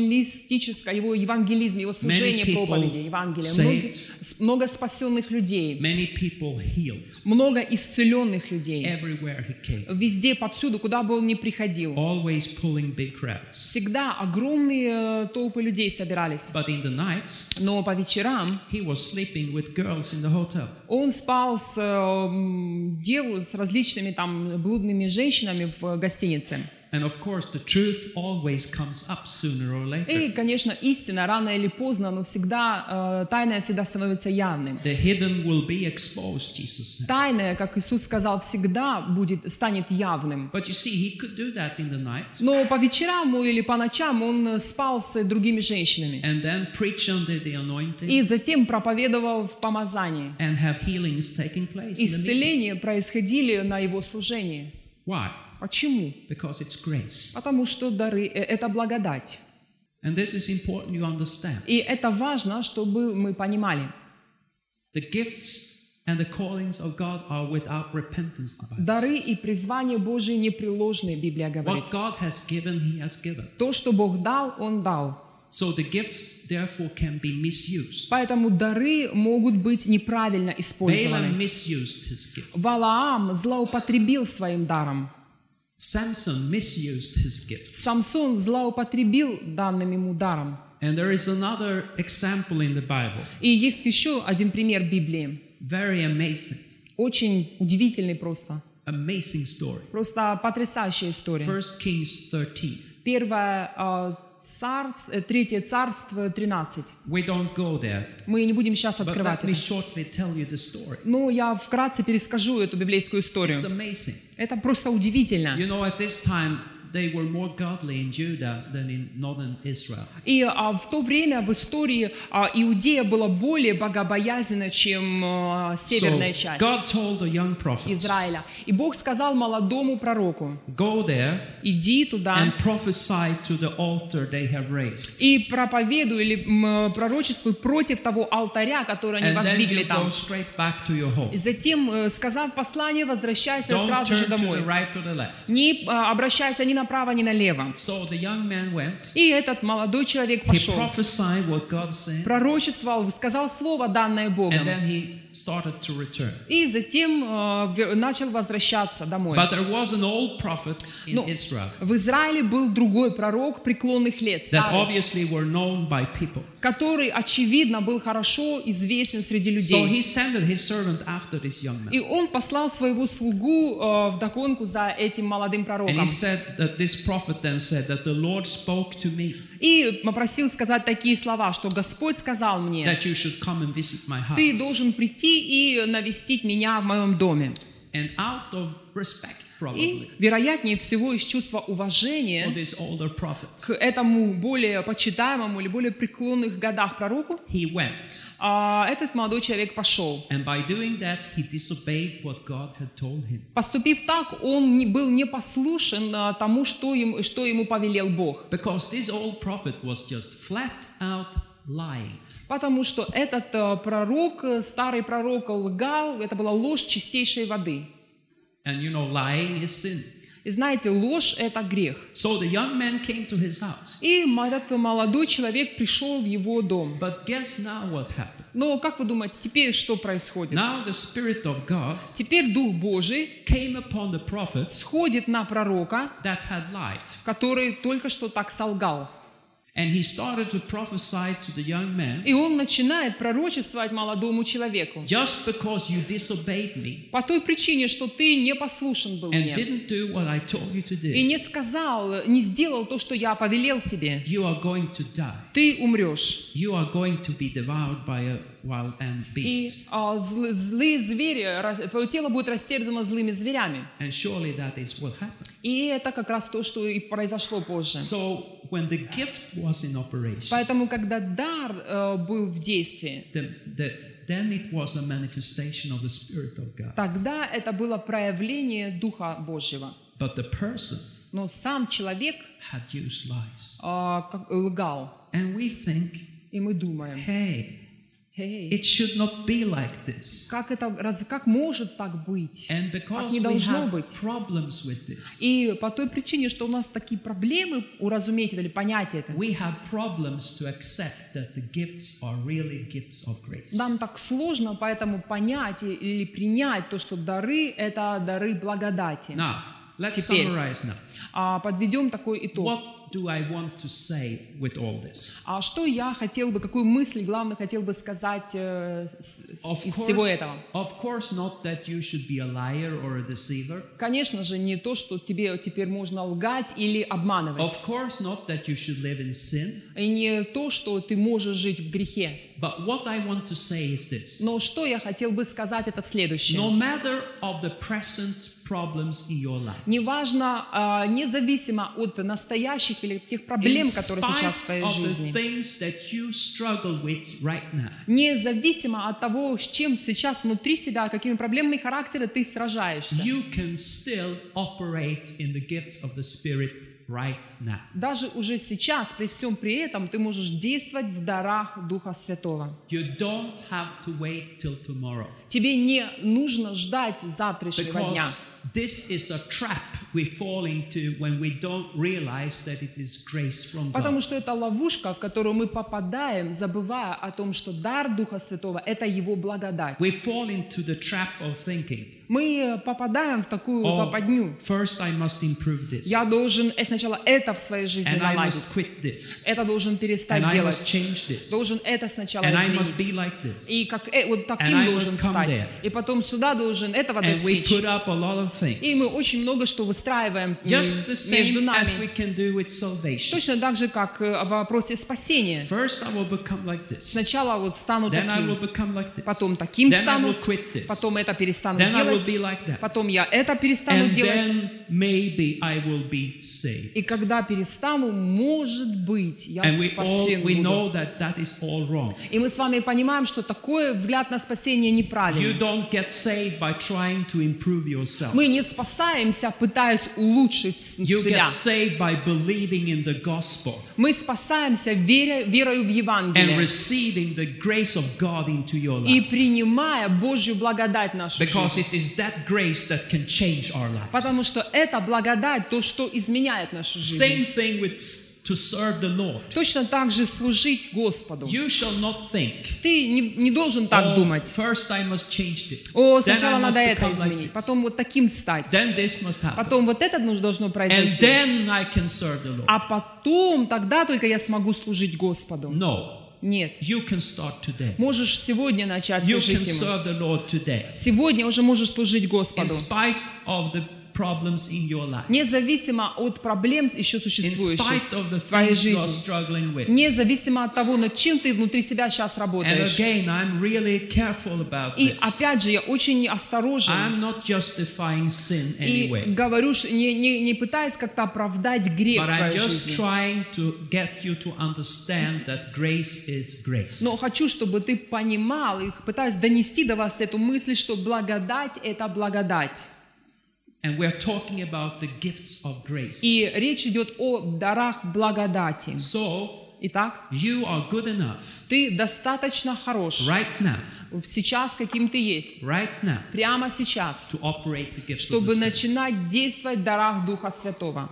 Speaker 2: евангелистическое, его евангелизм, его служение
Speaker 1: people
Speaker 2: проповеди, Евангелия.
Speaker 1: saved.
Speaker 2: Многие- с- много спасенных людей,
Speaker 1: Many people healed
Speaker 2: много исцеленных людей.
Speaker 1: everywhere he came,
Speaker 2: везде, повсюду, куда бы он ни приходил.
Speaker 1: always pulling big crowds.
Speaker 2: Всегда огромные э, толпы людей собирались.
Speaker 1: But in the nights,
Speaker 2: Но по вечерам
Speaker 1: he was sleeping with girls in the hotel.
Speaker 2: он спал с э, м, деву, с различными там блудными женщинами в э, гостинице.
Speaker 1: And of course, the truth always comes up sooner or later.
Speaker 2: И, конечно, истина рано или поздно, но всегда э, тайное всегда становится явным.
Speaker 1: The hidden will be exposed, Jesus said.
Speaker 2: Тайное, как Иисус сказал, всегда будет, станет явным.
Speaker 1: But you see, he could do that in the night
Speaker 2: Но по вечерам или по ночам он э, спал с другими женщинами.
Speaker 1: and then preach under the anointing
Speaker 2: И затем проповедовал в помазании.
Speaker 1: and have healings taking place. in the meeting.
Speaker 2: Исцеления происходили на его служении.
Speaker 1: Why?
Speaker 2: Почему?
Speaker 1: Because it's grace.
Speaker 2: Потому что дары э, — это благодать.
Speaker 1: And this is important you understand.
Speaker 2: И это важно, чтобы мы понимали.
Speaker 1: The gifts and the callings of God are without repentance. the Bible
Speaker 2: Дары
Speaker 1: says.
Speaker 2: и призвания Божии непреложны, Библия говорит.
Speaker 1: What God has given, He has given.
Speaker 2: То, что Бог дал, Он дал.
Speaker 1: So the gifts, therefore, can be misused.
Speaker 2: Поэтому дары могут быть неправильно
Speaker 1: Balaam
Speaker 2: использованы.
Speaker 1: misused his gift.
Speaker 2: Валаам злоупотребил своим даром.
Speaker 1: Samson misused his gift.
Speaker 2: Самсон злоупотребил данным ему даром.
Speaker 1: And there is another example in the Bible,
Speaker 2: И есть еще один пример Библии.
Speaker 1: very amazing,
Speaker 2: Очень удивительный просто.
Speaker 1: amazing story.
Speaker 2: Просто потрясающая история.
Speaker 1: First Kings 13.
Speaker 2: Первое э, царств- э, третье царство 13.
Speaker 1: We don't go there,
Speaker 2: Мы не будем сейчас
Speaker 1: but
Speaker 2: открывать
Speaker 1: let me
Speaker 2: это.
Speaker 1: shortly tell you the story.
Speaker 2: Но Ну, я вкратце перескажу эту библейскую историю.
Speaker 1: It's amazing.
Speaker 2: Это просто удивительно.
Speaker 1: You know, at this time, they were more godly in Judah than in northern Israel.
Speaker 2: И а, в то время в истории а, Иудея была более богобоязненна, чем а, северная
Speaker 1: So
Speaker 2: часть
Speaker 1: God told the young prophets,
Speaker 2: Израиля. И Бог сказал молодому пророку,
Speaker 1: go there
Speaker 2: иди туда
Speaker 1: and prophesy to the altar they have raised.
Speaker 2: и проповедуй или м, э, пророчествуй против того алтаря, который они
Speaker 1: And then
Speaker 2: воздвигли
Speaker 1: you go
Speaker 2: там.
Speaker 1: straight back to your
Speaker 2: И
Speaker 1: home.
Speaker 2: затем, э, сказав послание, возвращайся
Speaker 1: Don't
Speaker 2: сразу же
Speaker 1: turn to
Speaker 2: домой.
Speaker 1: the right or the left.
Speaker 2: не а, обращайся ни направо, ни налево.
Speaker 1: So the young man went.
Speaker 2: И этот молодой человек
Speaker 1: He
Speaker 2: пошел,
Speaker 1: prophesied what God said,
Speaker 2: пророчествовал, сказал слово, данное
Speaker 1: and
Speaker 2: Богом,
Speaker 1: then he started to return.
Speaker 2: и затем а, ве- начал возвращаться домой.
Speaker 1: But there was an old prophet in
Speaker 2: No.
Speaker 1: Israel
Speaker 2: В Израиле был другой пророк преклонных лет,
Speaker 1: that
Speaker 2: старый,
Speaker 1: obviously were known by people.
Speaker 2: который, очевидно, был хорошо известен среди
Speaker 1: So he
Speaker 2: людей.
Speaker 1: sent his servant after this young man.
Speaker 2: И он послал своего слугу э, вдогонку за этим молодым
Speaker 1: And
Speaker 2: пророком.
Speaker 1: he said that this prophet then said that the Lord spoke to me
Speaker 2: И попросил сказать такие слова, что Господь сказал мне,
Speaker 1: that you should come and visit my house.
Speaker 2: ты должен прийти и навестить меня в моем доме.
Speaker 1: And out of respect,
Speaker 2: И,
Speaker 1: probably,
Speaker 2: вероятнее всего, из чувства
Speaker 1: for
Speaker 2: уважения
Speaker 1: this older prophet,
Speaker 2: к этому более почитаемому или более преклонных годах пророку,
Speaker 1: he went.
Speaker 2: а, этот молодой человек пошел.
Speaker 1: And by doing that, he disobeyed what God had told him.
Speaker 2: Поступив так, он не, был непослушен а, тому, что, им, что ему повелел Бог.
Speaker 1: Because this old prophet was just flat out lying.
Speaker 2: Потому что этот а, пророк, э, старый пророк лгал, это была ложь чистейшей воды.
Speaker 1: And you know, lying is sin.
Speaker 2: И знаете, ложь – это грех.
Speaker 1: So the young man came to his house.
Speaker 2: И этот молодой человек пришел в его дом.
Speaker 1: But guess now what happened?
Speaker 2: Но как вы думаете, теперь что происходит?
Speaker 1: Now the Spirit of God
Speaker 2: Теперь Дух Божий
Speaker 1: came upon the prophets
Speaker 2: сходит на пророка,
Speaker 1: that had lied.
Speaker 2: который только что так солгал.
Speaker 1: And he started to prophesy to the young man
Speaker 2: И он начинает пророчествовать молодому человеку.
Speaker 1: just because you disobeyed me
Speaker 2: По той причине, что ты не послушен был
Speaker 1: and
Speaker 2: мне.
Speaker 1: didn't do what I told you to
Speaker 2: И
Speaker 1: do,
Speaker 2: не сказал, не сделал то, что я повелел тебе.
Speaker 1: you are going to die.
Speaker 2: Ты умрешь.
Speaker 1: You are going to be devoured by a wild and
Speaker 2: И
Speaker 1: beast.
Speaker 2: а, зл- злые звери, раз- твое тело будет растерзано злыми зверями.
Speaker 1: And surely that is what happened.
Speaker 2: И это как раз то, что и произошло позже.
Speaker 1: So when the gift was in operation,
Speaker 2: Поэтому, когда дар э, был в действии,
Speaker 1: the, the, then it was a manifestation of the Spirit of God.
Speaker 2: тогда это было проявление Духа Божьего.
Speaker 1: But the person
Speaker 2: Но сам человек
Speaker 1: had used lies.
Speaker 2: а, как- лгал.
Speaker 1: And we think,
Speaker 2: И мы думаем,
Speaker 1: hey,
Speaker 2: «Эй,
Speaker 1: it should not be like this.
Speaker 2: как, это, раз- как может так быть?
Speaker 1: And because
Speaker 2: не
Speaker 1: we
Speaker 2: должно
Speaker 1: have
Speaker 2: быть.
Speaker 1: problems with this,
Speaker 2: И по той причине, что у нас такие проблемы уразуметь это или понять это,
Speaker 1: we have problems to accept that the gifts are really gifts of grace.
Speaker 2: нам так сложно поэтому понять и- или принять то, что дары — это дары благодати.
Speaker 1: Now, let's
Speaker 2: Теперь.
Speaker 1: summarize now.
Speaker 2: А подведем такой итог.
Speaker 1: What do I want to say with all this?
Speaker 2: А что я хотел бы, какую мысль, главное, хотел бы сказать э, с- с-
Speaker 1: Of
Speaker 2: из
Speaker 1: course,
Speaker 2: всего этого?
Speaker 1: of course, not that you should be a liar or a deceiver.
Speaker 2: Конечно же, не то, что тебе теперь можно лгать или обманывать.
Speaker 1: Of course, not that you should live in sin.
Speaker 2: И не то, что ты можешь жить в грехе.
Speaker 1: But what I want to say is this.
Speaker 2: Но что я хотел бы сказать, это в
Speaker 1: No
Speaker 2: следующем.
Speaker 1: matter of the present problems in your life,
Speaker 2: Неважно, а, независимо от настоящих или тех проблем,
Speaker 1: in
Speaker 2: которые сейчас в
Speaker 1: spite
Speaker 2: твоей
Speaker 1: of the
Speaker 2: жизни,
Speaker 1: things that you struggle with right now,
Speaker 2: независимо от того, с чем сейчас внутри себя, какими проблемами характера ты сражаешься,
Speaker 1: you can still operate in the gifts of the Spirit right now.
Speaker 2: даже уже сейчас, при всем при этом, ты можешь действовать в дарах Духа Святого.
Speaker 1: You don't have to wait till tomorrow
Speaker 2: Тебе не нужно ждать завтрашнего дня.
Speaker 1: because this is a trap we fall into when we don't realize that it is grace from
Speaker 2: Потому
Speaker 1: God.
Speaker 2: что это ловушка, в которую мы попадаем, забывая о том, что дар Духа Святого – это Его благодать.
Speaker 1: We fall into the trap of thinking,
Speaker 2: Мы попадаем в такую
Speaker 1: oh,
Speaker 2: западню.
Speaker 1: first I must improve this,
Speaker 2: Я должен э, сначала это в своей жизни
Speaker 1: and I
Speaker 2: наладить.
Speaker 1: must quit this.
Speaker 2: Это должен
Speaker 1: and
Speaker 2: перестать
Speaker 1: I must
Speaker 2: делать.
Speaker 1: change this,
Speaker 2: Должен это сначала
Speaker 1: and I must
Speaker 2: изменить.
Speaker 1: be like this.
Speaker 2: И как, э, вот
Speaker 1: And I
Speaker 2: таким
Speaker 1: must
Speaker 2: должен
Speaker 1: come
Speaker 2: стать.
Speaker 1: there.
Speaker 2: И потом сюда должен этого
Speaker 1: And we
Speaker 2: достичь.
Speaker 1: put up a lot of
Speaker 2: И мы
Speaker 1: things,
Speaker 2: очень много что выстраиваем м,
Speaker 1: just the
Speaker 2: между
Speaker 1: same as we
Speaker 2: нами.
Speaker 1: can do with salvation.
Speaker 2: Точно так же, как э, в вопросе спасения.
Speaker 1: First, I will become like this,
Speaker 2: Сначала вот стану
Speaker 1: then I will
Speaker 2: таким,
Speaker 1: become like this,
Speaker 2: потом таким
Speaker 1: then I
Speaker 2: стану,
Speaker 1: will quit this,
Speaker 2: потом это перестану
Speaker 1: then I will
Speaker 2: делать,
Speaker 1: be like that,
Speaker 2: потом я это перестану
Speaker 1: and
Speaker 2: делать.
Speaker 1: then maybe I will be saved.
Speaker 2: И когда перестану, может быть, я
Speaker 1: And we all
Speaker 2: спасен
Speaker 1: we
Speaker 2: буду.
Speaker 1: know that that is all wrong.
Speaker 2: И мы с вами понимаем, что такой взгляд на спасение
Speaker 1: You
Speaker 2: неправильный.
Speaker 1: don't get saved by trying to improve yourself.
Speaker 2: Мы не спасаемся, пытаясь улучшить с-
Speaker 1: You
Speaker 2: себя.
Speaker 1: get saved by believing in the gospel.
Speaker 2: Мы спасаемся веря, верою в
Speaker 1: and
Speaker 2: Евангелие
Speaker 1: receiving the grace of God into your
Speaker 2: и
Speaker 1: life.
Speaker 2: принимая Божью благодать в нашу
Speaker 1: Because
Speaker 2: жизнь.
Speaker 1: it is that grace that can change our lives.
Speaker 2: Потому что это благодать, то, что изменяет нашу жизнь.
Speaker 1: Same thing with s- to serve the Lord.
Speaker 2: Точно так же служить Господу.
Speaker 1: You shall not think.
Speaker 2: Ты не, не должен так
Speaker 1: "Oh,
Speaker 2: думать.
Speaker 1: first I must change this. then
Speaker 2: О,
Speaker 1: I
Speaker 2: сначала
Speaker 1: must
Speaker 2: надо это
Speaker 1: become like
Speaker 2: изменить,
Speaker 1: this.
Speaker 2: потом вот таким стать,
Speaker 1: Then this must happen.
Speaker 2: потом вот это нуж- должно
Speaker 1: And
Speaker 2: произойти.
Speaker 1: then I can serve the Lord.
Speaker 2: А потом, тогда только я смогу служить Господу.
Speaker 1: No,
Speaker 2: Нет.
Speaker 1: you can start today.
Speaker 2: Можешь сегодня начать
Speaker 1: You
Speaker 2: служить
Speaker 1: can
Speaker 2: Ему.
Speaker 1: serve the Lord today.
Speaker 2: Сегодня уже можешь служить
Speaker 1: In
Speaker 2: Господу.
Speaker 1: spite of the problems in your life.
Speaker 2: Независимо от проблем еще
Speaker 1: In
Speaker 2: существующих
Speaker 1: spite of the
Speaker 2: в твоей
Speaker 1: things you are
Speaker 2: жизни.
Speaker 1: struggling with.
Speaker 2: Независимо от того, над чем ты внутри себя сейчас
Speaker 1: And
Speaker 2: работаешь.
Speaker 1: again, I'm really careful about
Speaker 2: И
Speaker 1: this.
Speaker 2: опять же, я очень осторожен.
Speaker 1: I'm not justifying sin
Speaker 2: И
Speaker 1: anyway,
Speaker 2: говорю, ш- не, не, не пытаясь как-то оправдать грех в
Speaker 1: but I'm
Speaker 2: твоей
Speaker 1: just
Speaker 2: жизни.
Speaker 1: trying to get you to understand that grace is grace.
Speaker 2: Но хочу, чтобы ты понимал и пытаюсь донести до вас эту мысль, что благодать – это благодать.
Speaker 1: And we're talking about the gifts of grace.
Speaker 2: И речь идет о дарах благодати.
Speaker 1: So
Speaker 2: Итак,
Speaker 1: you are good enough
Speaker 2: ты достаточно хорош
Speaker 1: right now
Speaker 2: сейчас каким ты есть,
Speaker 1: right now
Speaker 2: прямо сейчас,
Speaker 1: to operate the gifts of the
Speaker 2: чтобы
Speaker 1: Spirit.
Speaker 2: начинать действовать в дарах Духа Святого.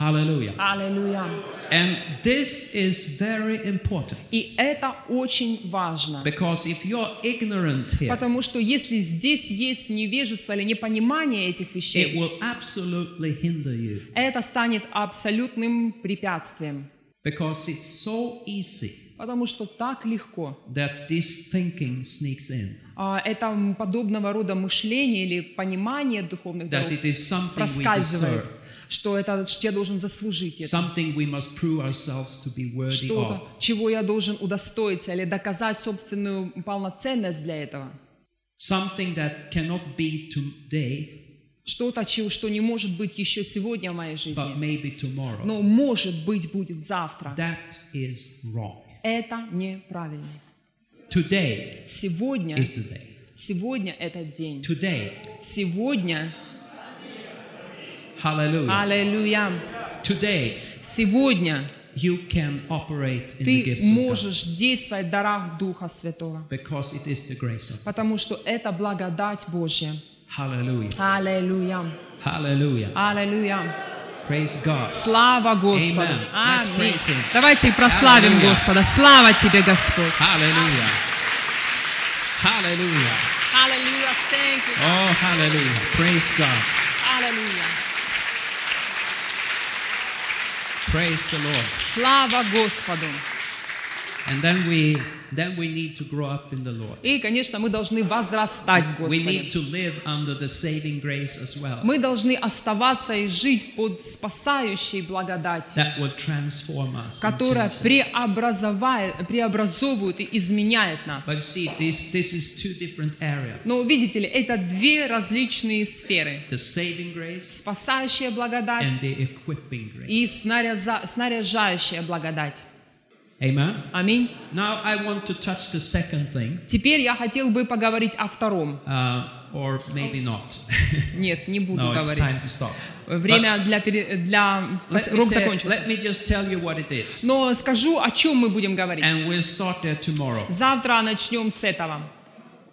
Speaker 1: Hallelujah.
Speaker 2: Аллилуйя.
Speaker 1: And this is very important
Speaker 2: И это очень важно.
Speaker 1: because if you're ignorant here,
Speaker 2: Потому что если здесь есть невежество или непонимание этих
Speaker 1: it
Speaker 2: вещей,
Speaker 1: will absolutely hinder you
Speaker 2: это станет абсолютным препятствием.
Speaker 1: because it's so easy
Speaker 2: Потому что так легко.
Speaker 1: that this thinking sneaks in,
Speaker 2: А, Это м, подобного рода мышление или понимание духовных
Speaker 1: that
Speaker 2: даров
Speaker 1: it is something we
Speaker 2: проскальзывает,
Speaker 1: deserve,
Speaker 2: что это что я должен заслужить, это,
Speaker 1: something we must prove ourselves to be worthy
Speaker 2: что-то,
Speaker 1: of.
Speaker 2: чего я должен удостоиться или доказать собственную полноценность для этого.
Speaker 1: something that cannot be today,
Speaker 2: Что-то, чего, что не может быть еще сегодня в моей
Speaker 1: but
Speaker 2: жизни,
Speaker 1: maybe tomorrow.
Speaker 2: но может быть будет завтра.
Speaker 1: That is wrong.
Speaker 2: Это неправильно.
Speaker 1: Today
Speaker 2: Сегодня,
Speaker 1: is the day.
Speaker 2: сегодня этот день.
Speaker 1: Today,
Speaker 2: Сегодня,
Speaker 1: hallelujah.
Speaker 2: аллилуйя,
Speaker 1: Today,
Speaker 2: сегодня
Speaker 1: you can operate in the
Speaker 2: ты
Speaker 1: gifts of God
Speaker 2: можешь действовать в дарах Духа Святого,
Speaker 1: because it is the grace of God.
Speaker 2: потому что это благодать Божья.
Speaker 1: Hallelujah.
Speaker 2: Аллилуйя,
Speaker 1: Hallelujah.
Speaker 2: аллилуйя.
Speaker 1: Praise God.
Speaker 2: Слава Господу.
Speaker 1: Amen. Let's
Speaker 2: Аминь.
Speaker 1: praise Him.
Speaker 2: Давайте прославим
Speaker 1: Аллилуйя.
Speaker 2: Господа. Слава тебе, Господь.
Speaker 1: Hallelujah. Hallelujah.
Speaker 2: Аллилуйя, thank you.
Speaker 1: Oh, hallelujah. Praise God.
Speaker 2: Аллилуйя.
Speaker 1: Praise the Lord.
Speaker 2: Слава Господу.
Speaker 1: And then we then we need to grow up in the Lord.
Speaker 2: И, конечно, мы должны возрастать в
Speaker 1: We
Speaker 2: Господе.
Speaker 1: need to live under the saving grace as well.
Speaker 2: Мы должны оставаться и жить под спасающей благодатью,
Speaker 1: That will transform us. and
Speaker 2: которая
Speaker 1: change us.
Speaker 2: преобразовает, преобразовывает и изменяет нас.
Speaker 1: But you see, this, this is two different areas.
Speaker 2: Но видите ли, это две различные сферы.
Speaker 1: The saving grace
Speaker 2: Спасающая
Speaker 1: and
Speaker 2: благодать
Speaker 1: the equipping grace.
Speaker 2: и снаряза- снаряжающая благодать.
Speaker 1: Amen.
Speaker 2: Аминь.
Speaker 1: Now I want to touch the second thing,
Speaker 2: Теперь я хотел бы поговорить о втором.
Speaker 1: uh, or maybe not.
Speaker 2: Нет, не буду
Speaker 1: no, it's
Speaker 2: говорить.
Speaker 1: time to stop.
Speaker 2: Время для, пере- для...
Speaker 1: Let me,
Speaker 2: Урок
Speaker 1: tell-
Speaker 2: закончился.
Speaker 1: let me just tell you what it is,
Speaker 2: Но скажу, о чем мы будем говорить.
Speaker 1: and we'll start there tomorrow.
Speaker 2: Завтра начнем с этого.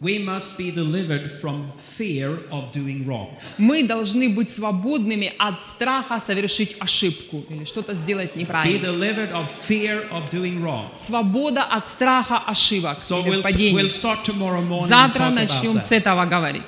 Speaker 1: We must be delivered from fear of doing wrong.
Speaker 2: Мы должны быть свободными от страха совершить ошибку или что-то сделать
Speaker 1: Be
Speaker 2: неправильно.
Speaker 1: delivered of fear of doing wrong.
Speaker 2: Свобода от страха ошибок
Speaker 1: So
Speaker 2: или
Speaker 1: we'll,
Speaker 2: падений.
Speaker 1: we'll start tomorrow morning and
Speaker 2: Завтра
Speaker 1: talk
Speaker 2: начнем
Speaker 1: about
Speaker 2: с
Speaker 1: that.
Speaker 2: этого говорить.